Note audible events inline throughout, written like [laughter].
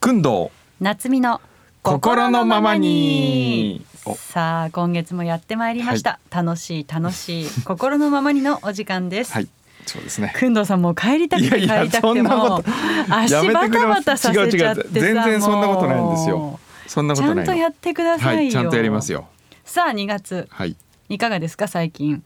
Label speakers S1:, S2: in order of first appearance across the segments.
S1: くんど
S2: 夏美の
S1: 心のままにお
S2: さあ今月もやってまいりました、楽しい楽しい [laughs] 心のままにのお時間です、
S1: はいそうですね
S2: くんどうさんもう帰りたくて帰
S1: いやいや
S2: りたくて
S1: そんな
S2: も
S1: こ
S2: う足
S1: やめ
S2: バ
S1: てくれ
S2: タ
S1: ま
S2: バ
S1: す
S2: タさせちゃってさ
S1: 違う違う全然そんなことないんですよ
S2: も
S1: そんな
S2: う
S1: こ
S2: ち
S1: と
S2: ゃ
S1: なんい
S2: と
S1: の
S2: やってくださいよ、
S1: はいちゃんとやりますよ
S2: さあ2月
S1: はい
S2: いかがですか最近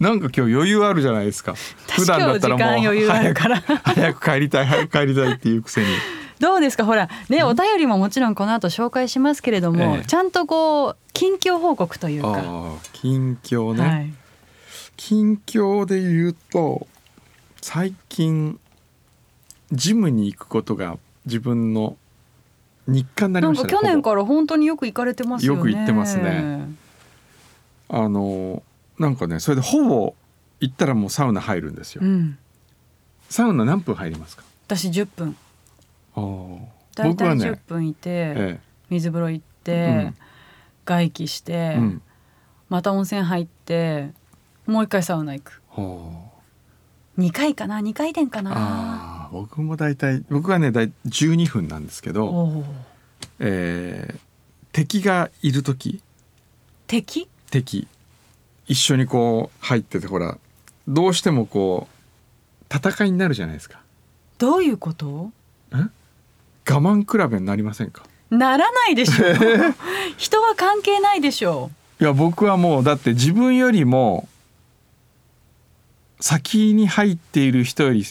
S1: なんか今日余裕あるじゃないですか普段だったらもう
S2: 確かにお時間余裕あるから
S1: 早く早く帰りたい早く帰りたいっていうくせに
S2: [laughs] どうですかほらねお便りももちろんこの後紹介しますけれども、
S1: ええ
S2: ちゃんとこう近況報告という
S1: あ
S2: か、
S1: あ近況ね、
S2: はい、
S1: 近況で言うと最近ジムに行くことが自分の日課になり
S2: な
S1: ま
S2: ん
S1: した
S2: か
S1: ね
S2: 去年
S1: ほぼ
S2: から本当によく行かれてますよね
S1: よく行ってますねあのなんかねそれでほぼ行ったらもうサウナ入るんですよ、
S2: うん
S1: サウナ何分入りますか
S2: 私10分
S1: ああ
S2: 大
S1: 僕は
S2: 体
S1: ね
S2: 10分いて、
S1: え
S2: 水風呂行って、
S1: うん
S2: 外気して、
S1: えうん
S2: また温泉入ってもう一回サウナ行く
S1: ほう
S2: 2回かな2回転かな
S1: ああ僕も大体僕はね大12分なんですけ
S2: お
S1: ど、
S2: おー
S1: えー敵がいる時
S2: 敵
S1: 敵一緒にこう入っててほらどうしてもこう戦いになるじゃないですか
S2: どういうこと
S1: 我慢比べになりませんか
S2: ならないでしょ
S1: [laughs]
S2: 人は関係ないでしょ
S1: いや僕はもうだって自分よりも先に入っている人より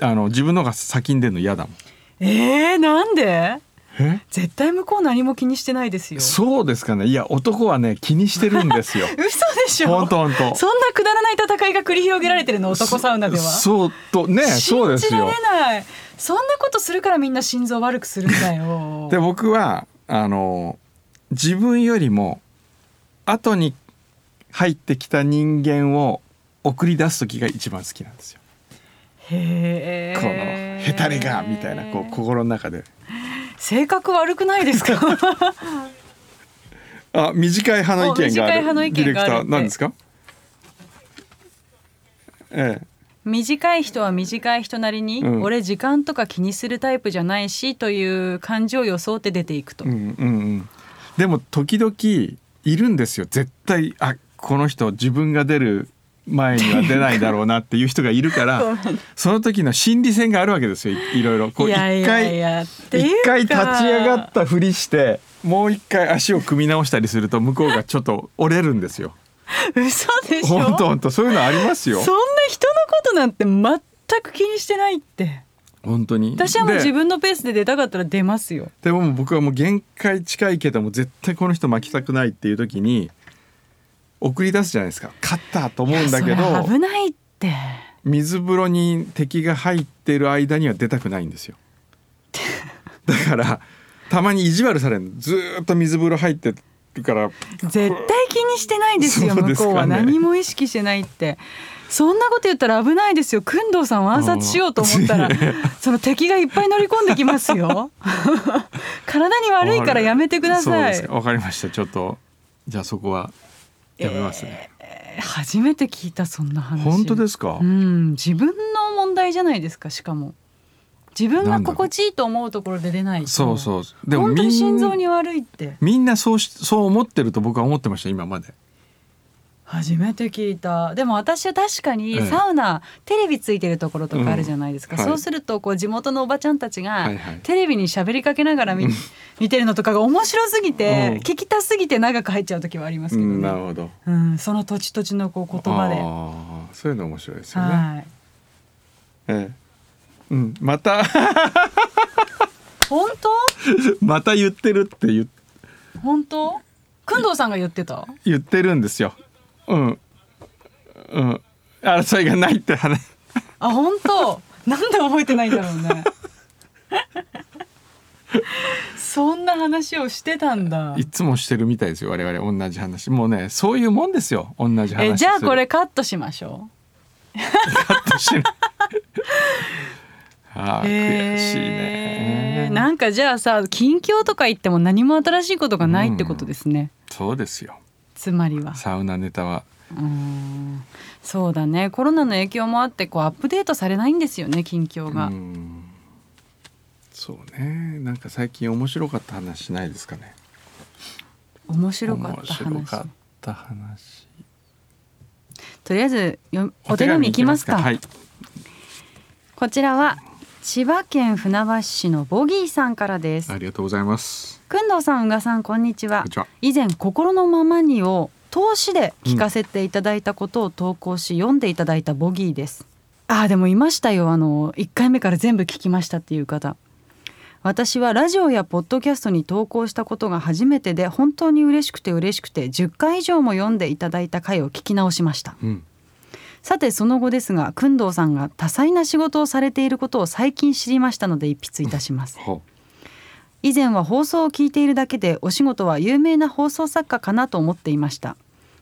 S1: あの自分の方が先に出るの嫌だもん
S2: えー、なんで
S1: え
S2: 絶対向こう何も気にしてないですよ
S1: そうですかねいや男はね気にしてるんです
S2: [laughs]
S1: よ
S2: 嘘でしょ
S1: 本当本当
S2: そんなくだらない戦いが繰り広げられてるの男サウナでは
S1: そうとねそうですよ
S2: 信じられないそんなことするからみんな心臓悪くするんだよ
S1: [laughs] で僕はあの自分よりも後に入ってきた人間を送り出す時が一番好きなんですよ。
S2: へ
S1: この「へたれが」みたいなこう心の中で
S2: 性格悪くないですか [laughs]
S1: あ短い派の意見があ
S2: お短い派
S1: る
S2: の意見がある
S1: ディレクター何ですかええ
S2: 短い人は短い人なりに、
S1: うん
S2: 俺時間とか気にするタイプじゃないしという感じを装って出ていくと、
S1: うんうんうん、でも時々いるんですよ絶対あこの人自分が出る前には出ないだろうなっていう人がいる
S2: [laughs]
S1: か
S2: ご
S1: ら
S2: めん
S1: その時の心理戦があるわけですよいいろいろこう
S2: い
S1: 一
S2: やいやい
S1: 回
S2: やってい
S1: 一
S2: うか
S1: 回立ち上がったふりしてもう一回足を組み直したりすると向こうがちょっと折れるんですよ。
S2: 嘘でし
S1: ほ
S2: ょ
S1: んとほんとそういうのありますよ
S2: そんな人のことなんて全く気にしてないって
S1: 本当に。
S2: 私はもう
S1: で
S2: 自分のペースで出たかったら出ますよ
S1: でも僕はもう限界近いけども絶対この人巻きたくないっていう時に送り出すじゃないですか勝ったと思うんだけ
S2: いやそ
S1: ど
S2: れ危ないって
S1: 水風呂に敵が入ってる間には出たくないんですよだからたまに意地悪されるのずーっと水風呂入ってるから
S2: 絶対気にしてないですよ
S1: そうで
S2: 向
S1: すか
S2: こ
S1: ね
S2: うは何も意識してないってそんなこと言ったら危ないですよ工藤さんを暗殺しようと思ったら
S1: うん
S2: その敵がいっぱい乗り込んできます
S1: [laughs]
S2: よ体に悪いからやめてくだ
S1: そう
S2: さ
S1: で
S2: い
S1: す、かわかりましたちょっとじゃあそこはやめますね、
S2: えー初めて聞いたそんな話
S1: 本当ですすか、
S2: うん自分の問題じゃないですかしかも自分が心地いいと思うところで出ないと
S1: そうそうで
S2: 本当
S1: みん
S2: に心臓に悪いって
S1: みんなそうしそう思ってると僕は思ってました今まで
S2: 初めて聞いたでも私は確かに
S1: ええ
S2: サウナ、テレビついてるところとかあるじゃないですか、
S1: うんはい
S2: そうするとこう地元のおばちゃんたちが
S1: はいはい
S2: テレビに喋りかけながら見,、見てるのとかが面白すぎ
S1: う
S2: て、
S1: ん
S2: 聞きたすぎて長く入っちゃう時はあります
S1: う
S2: けど
S1: んなる
S2: ね、
S1: ほど
S2: うんその土地土地のこう言葉で。
S1: あーそういうの面白いですよね。
S2: はい
S1: ええうん、また [laughs]
S2: 本当
S1: また言ってるって言
S2: 本当工藤さんが言ってた
S1: 言ってるんですよ。うん、うん、争いがないって話。
S2: あ本当なんで覚えてないんだろ
S1: [laughs]
S2: うねそんな話をしてたんだ
S1: いつもしてるみたいですよ。我々同じ話。もうね、そういうもんですよ。同じ話。
S2: えじゃあこれ。カットしましょ
S1: カットしてない [laughs] あー、悔
S2: う
S1: しい
S2: え
S1: ね
S2: ー。なんかじゃあさ近況とか言っても何も新しいことがないってことですね、
S1: そうですよ。
S2: つまりは
S1: サウナネタは。
S2: うーんそうだねコロナの影響もあってこうアップデートされないんですよね近況
S1: う
S2: が、
S1: ん。そうねなんか最近面白かった話しないですかね
S2: 面白かった
S1: 面白か
S2: 話
S1: った話
S2: とりあえずよお手紙いきますか
S1: はい
S2: こちらは千葉県船橋市のボギーさんからです
S1: ありがとうございます
S2: くんどうさん宇賀さんこんにち
S1: こ
S2: は
S1: んにちは
S2: 以前「心のままに」を投資で聞かせていただいたことを投稿し、読んでいただいたボギーですあーでもいましたよあの1回目から全部聞きましたっていう方私はラジオやポッドキャストに投稿したことが初めてで本当に嬉しくて嬉しくて10回以上も読んでいただいた回を聞き直しました
S1: うん
S2: さてその後ですが工藤さんが多彩な仕事をされていることを最近知りましたので一筆いたします
S1: は
S2: 以前は放送を聞いているだけでお仕事は有名な放送作家かなと思っていました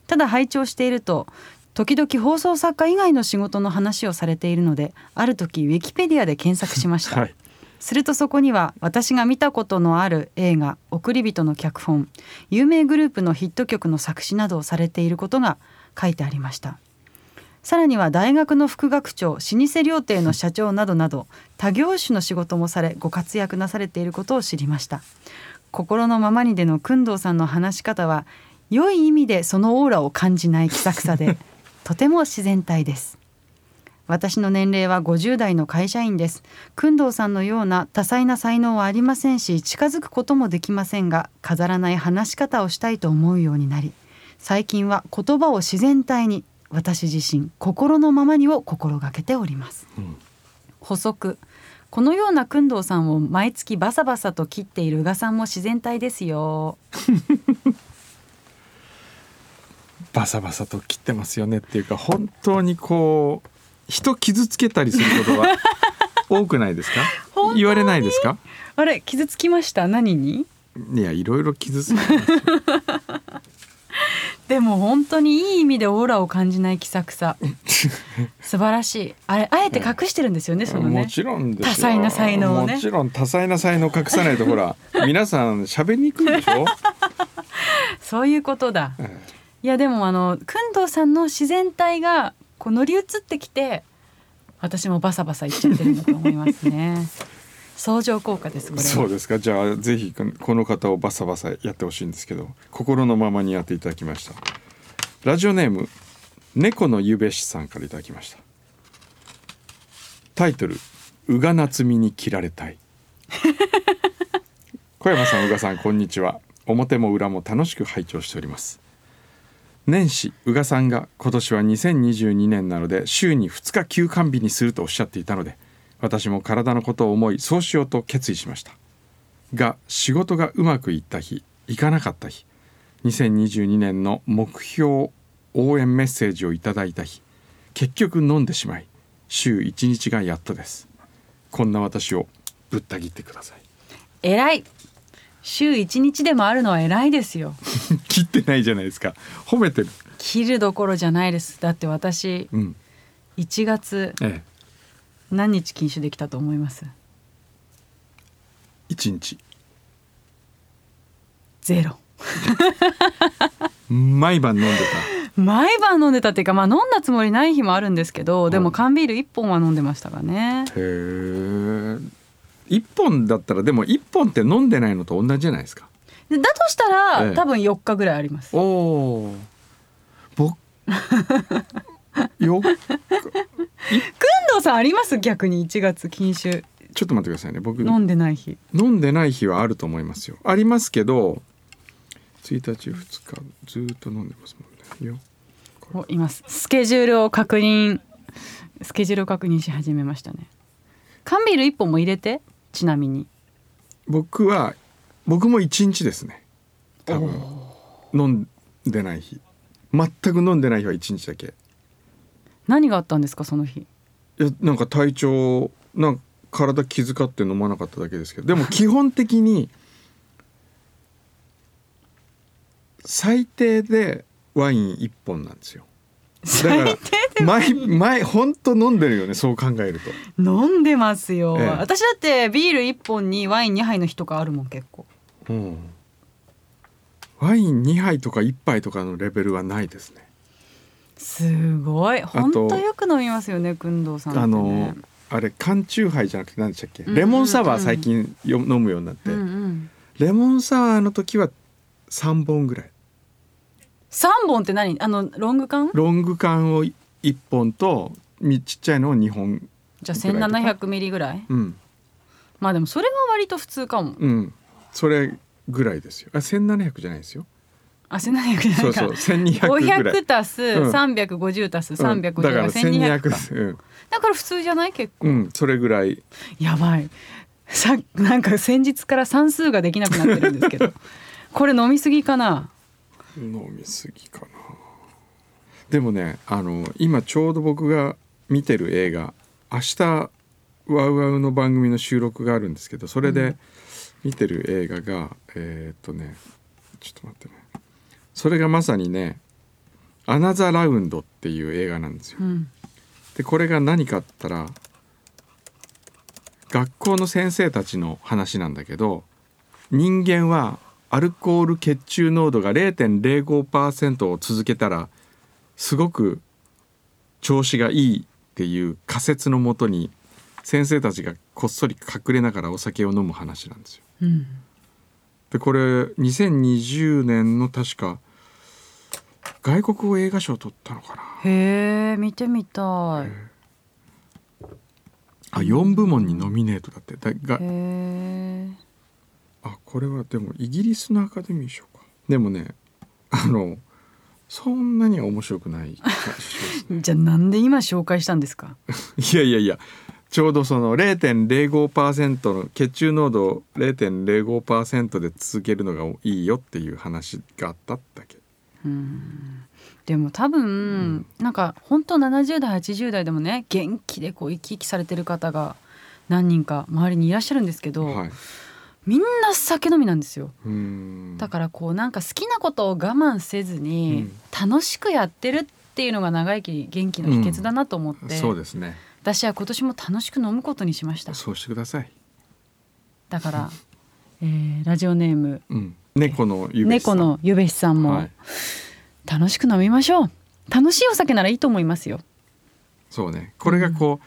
S2: ただ拝聴していると時々放送作家以外の仕事の話をされているのである時ウィキペディアで検索しました、
S1: [laughs] はい
S2: するとそこには私が見たことのある映画「送り人」の脚本有名グループのヒット曲の作詞などをされていることが書いてありましたさらには大学の副学長老舗料亭の社長などなど多業種の仕事もされご活躍なされていることを知りました心のままにでの工藤さんの話し方は良い意味でそのオーラを感じない気さくさで [laughs] とても自然体です私の年齢は50代の会社員です工藤さんのような多彩な才能はありませんし近づくこともできませんが飾らない話し方をしたいと思うようになり最近は言葉を自然体に私自身心のままにを心がけております
S1: うん
S2: 補足このような工藤さんを毎月バサバサと切っている宇賀さんも自然体ですよ
S1: バサバサと切ってますよねっていうか本当にこう人傷つけたりすることが多くないですか
S2: [laughs] 本当に
S1: 言われないですか
S2: あれ傷つきました何に
S1: いやいろいろ傷つけますよ
S2: でも本当にいい意味でオーラを感じない気さくさ素晴らしいあれあえて隠してるんですよねそのね
S1: もちろんですよ
S2: 多彩な才能をね
S1: もちろん多彩な才能を隠さないとほら皆さん喋りにくいでし
S2: [laughs]
S1: ょ、
S2: そういうことだ
S1: え
S2: いやでもあの工藤さんの自然体がこう乗り移ってきて私もバサバサいっちゃってるんだと思います
S1: [laughs]
S2: ね相乗効果ですこ
S1: え
S2: れは
S1: そうですかじゃあぜひこの方をバサバサやってほしいんですけど心のままにやっていただきましたラジオネーム猫のゆべしさんからいただきましたタイトル「うがなつみに切られた
S2: [laughs]
S1: い」小山さん宇賀さんこんにちは表も裏も楽しく拝聴しております年始宇賀さんが今年は2022年なので週に2日休館日にするとおっしゃっていたので私も体のことを思いそうしようと決意しましたが仕事がうまくいった日いかなかった日2022年の目標応援メッセージをいただいた日結局飲んでしまい週1日がやっとですこんな私をぶった切ってください [laughs]
S2: 偉い週一日でもあるのは偉いですよ
S1: 切ってないじゃないですか褒めてる
S2: 切るどころじゃないですだって私
S1: うん
S2: 1月
S1: ええ
S2: 何日禁酒できたと思います
S1: 1日
S2: ゼロ
S1: 毎晩飲んで
S2: 毎晩飲んでたっていうかまあ飲んだつもりない日もあるんですけどで
S1: う
S2: も
S1: ん
S2: 缶ビール1本は飲んでましたからね
S1: たへえ一本だったらでも一本って飲んでないのと同じじゃないですか
S2: でだとしたら、
S1: ええ
S2: 多分4日ぐらいあります
S1: おお僕よ
S2: 工藤さんあります逆に1月禁酒
S1: ちょっと待ってくださいね僕
S2: 飲んでない日
S1: 飲んでない日はあると思いますよありますけど1日2日ずーっと飲んでますもんねよ
S2: おいますスケジュールを確認スケジュールを確認し始めましたね缶ビール1本も入れてちなみに
S1: 僕は僕も1日ですね多分飲んでない日全く飲んでない日は1日だけ
S2: 何があったんですかその日
S1: いやなんか体調なんか体気遣って飲まなかっただけですけどでも基本的に最低でワイン1本なんですよだか
S2: 最
S1: ら毎毎本当飲んでるよねそう考えると
S2: [laughs] 飲んでますよ、
S1: ええ
S2: 私だってビール1本にワイン2杯の日とかあるもん結構
S1: うんワイン2杯とか1杯とかのレベルはないですね。
S2: すごい
S1: と
S2: 本当よく飲みますよね工藤さんってね
S1: あのあれ缶チューハイじゃなくて何でしたっけレモンサワー最近よ飲むようになって、レモンサワーの時は3本ぐらい
S2: 三本って何あのロング缶
S1: ロング缶を1本とみちっちゃいのを2本
S2: じゃあ1700ミリぐらい
S1: うん
S2: まあでもそれが割と普通かも
S1: うんそれぐらいですよあ1700じゃないですよ
S2: あ1700じゃな
S1: そ
S2: いうか
S1: そう1200ぐらい
S2: 500足す
S1: うん
S2: 350足す350
S1: うんだから
S2: が1200
S1: 1200ですうん、
S2: だから普通じゃない結構
S1: うん、それぐらい
S2: やばいさなんか先日から算数ができなくなってるんです
S1: [laughs]
S2: けどこれ飲みすぎかな
S1: 飲みすぎかなでもねあの今ちょうど僕が見てる映画明日ワウワウの番組の収録があるんですけどそれで見てる映画が、えーっとねちょっと待ってねそれがまさにね「アナザーラウンド」っていう映画なんですよ
S2: う。ん
S1: でこれが何かって言ったら学校の先生たちの話なんだけど人間はアルコール血中濃度が0.05%を続けたらすごく調子がいいっていう仮説のもとに先生たちがこっそり隠れながらお酒を飲む話なんですよ。
S2: うん
S1: でこれ2020年の確か外国語映画賞を取ったのかな
S2: へえ見てみたい
S1: あ4部門にノミネートだってだが
S2: へえ
S1: あこれはでもイギリスのアカデミー賞かでもねあのそんなには面白くない感じし
S2: じゃあなんで今紹介したんですか
S1: ますね [laughs] いやいやいやちょうどその0.05%の血中濃度を0.05%で続けるのがいいよっていう話があっただけ
S2: うんでも多分、
S1: ん
S2: なんか本当70代80代でもね元気でこう生き生きされてる方が何人か周りにいらっしゃるんですけど、
S1: はい
S2: みんな酒飲みなんですよ
S1: うーん
S2: だからこうなんか好きなことを我慢せずに楽しくやってるっていうのが長生き元気の秘訣だなと思って、
S1: そうですね
S2: 私は今年も楽しく飲むことにしました
S1: そうしてください、
S2: だから、えーラジオネーム
S1: うん、猫の指
S2: 猫のゆべしさんも、
S1: はい
S2: 楽しく飲みましょう楽しいお酒ならいいと思いますよ
S1: そうねこれがこう、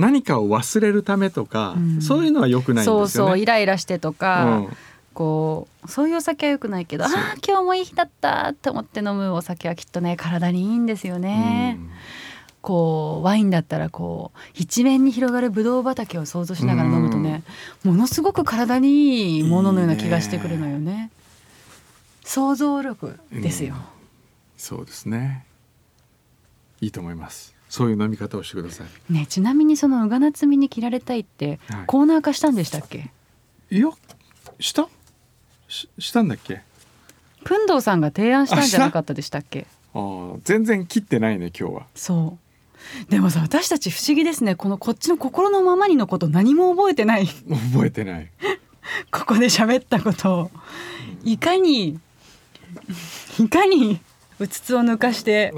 S1: 何かを忘れるためとか、
S2: うん
S1: そういうのは良くないんですよ
S2: そ
S1: ね
S2: うそうイライラしてとか、
S1: うん
S2: こうそういうお酒は良くないけどあ
S1: そう
S2: あ今日もいい日だったって思って飲むお酒はきっとね体にいいんですよね、こうワインだったらこう一面に広がるブドウ畑を想像しながら飲むとね、ものすごく体にいいもののような気がしてくるのよね想像力ですよ、
S1: うんそうですねいいと思いますそういう飲み方をしてくださ
S2: ねちなみにそのうがなつみに切られたいって
S1: はい
S2: コーナー化したんでしたっけ、
S1: いいやしたししたんだっけ
S2: プンドーさんが提案したんじゃなかったでしたっけ
S1: あー全然切ってないね今日は
S2: そうでもさ私たち不思議ですねこのこっちの心のままにのこと何も覚えてない [laughs]
S1: 覚えてない
S2: ここで喋ったことをいかにいかにうつつを抜かして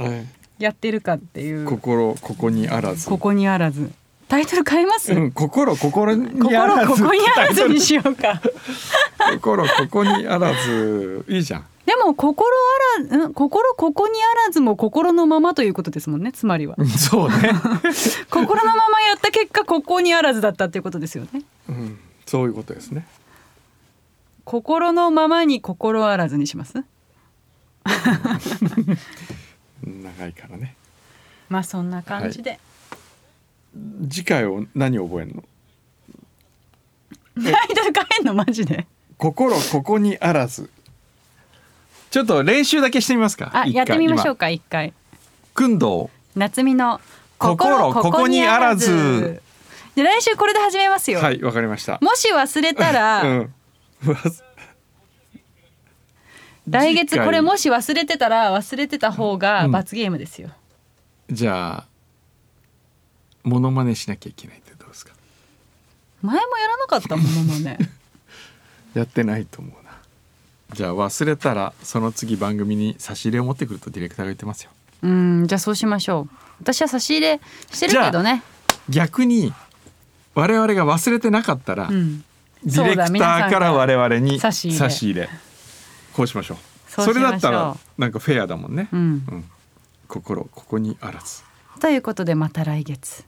S2: やってるかっていうこ
S1: 心ここにあらず
S2: こにあらずタイトル変えます、
S1: うん、心心にあら
S2: 心
S1: ず
S2: ここにあらずにしようか
S1: 心ここにあらずいいじゃん
S2: でも心あらうん心ここにあらずも心のままということですもんねつまりは
S1: そうね、
S2: 心のままやった結果ここにあらずだったっていうことですよね
S1: うん、そういうことですね
S2: 心のままに心あらずにします
S1: 長いからね
S2: まあそんな感じで、 [laughs]
S1: 次回を何覚えるの
S2: タイトル変えんのマジで
S1: 心ここにあらずちょっと練習だけしてみますか
S2: あ
S1: 一回
S2: やってみましょう
S1: 今
S2: か一回
S1: 訓導
S2: 夏美の
S1: 心ここにあらず
S2: じゃあ来週これで始めますよ、
S1: はいわかりました
S2: もし忘れた
S1: [laughs]
S2: ら、
S1: うん忘
S2: [laughs] 来月
S1: 次回
S2: これもし忘れてたら忘れてた方が罰ゲームですよ、
S1: じゃあモノマネしなきゃいけないってどうですか
S2: 前もやらなかったものも
S1: [laughs]
S2: ね
S1: やってないと思うなじゃあ忘れたらその次番組に差し入れを持ってくるとディレクターが言ってますよ
S2: うんじゃあそうしましょう私は差し入れしてるけどね
S1: 逆に我々が忘れてなかったら、
S2: うん
S1: ディレクタ
S2: そうだ
S1: ーから我々に
S2: 差
S1: 差
S2: し
S1: し
S2: 入
S1: 入
S2: れ
S1: れこうしましょう
S2: そうし
S1: そ
S2: ましょう
S1: れだったらなんかフェアだもんね、
S2: うん
S1: うん心ここにあらず
S2: ということでまた来月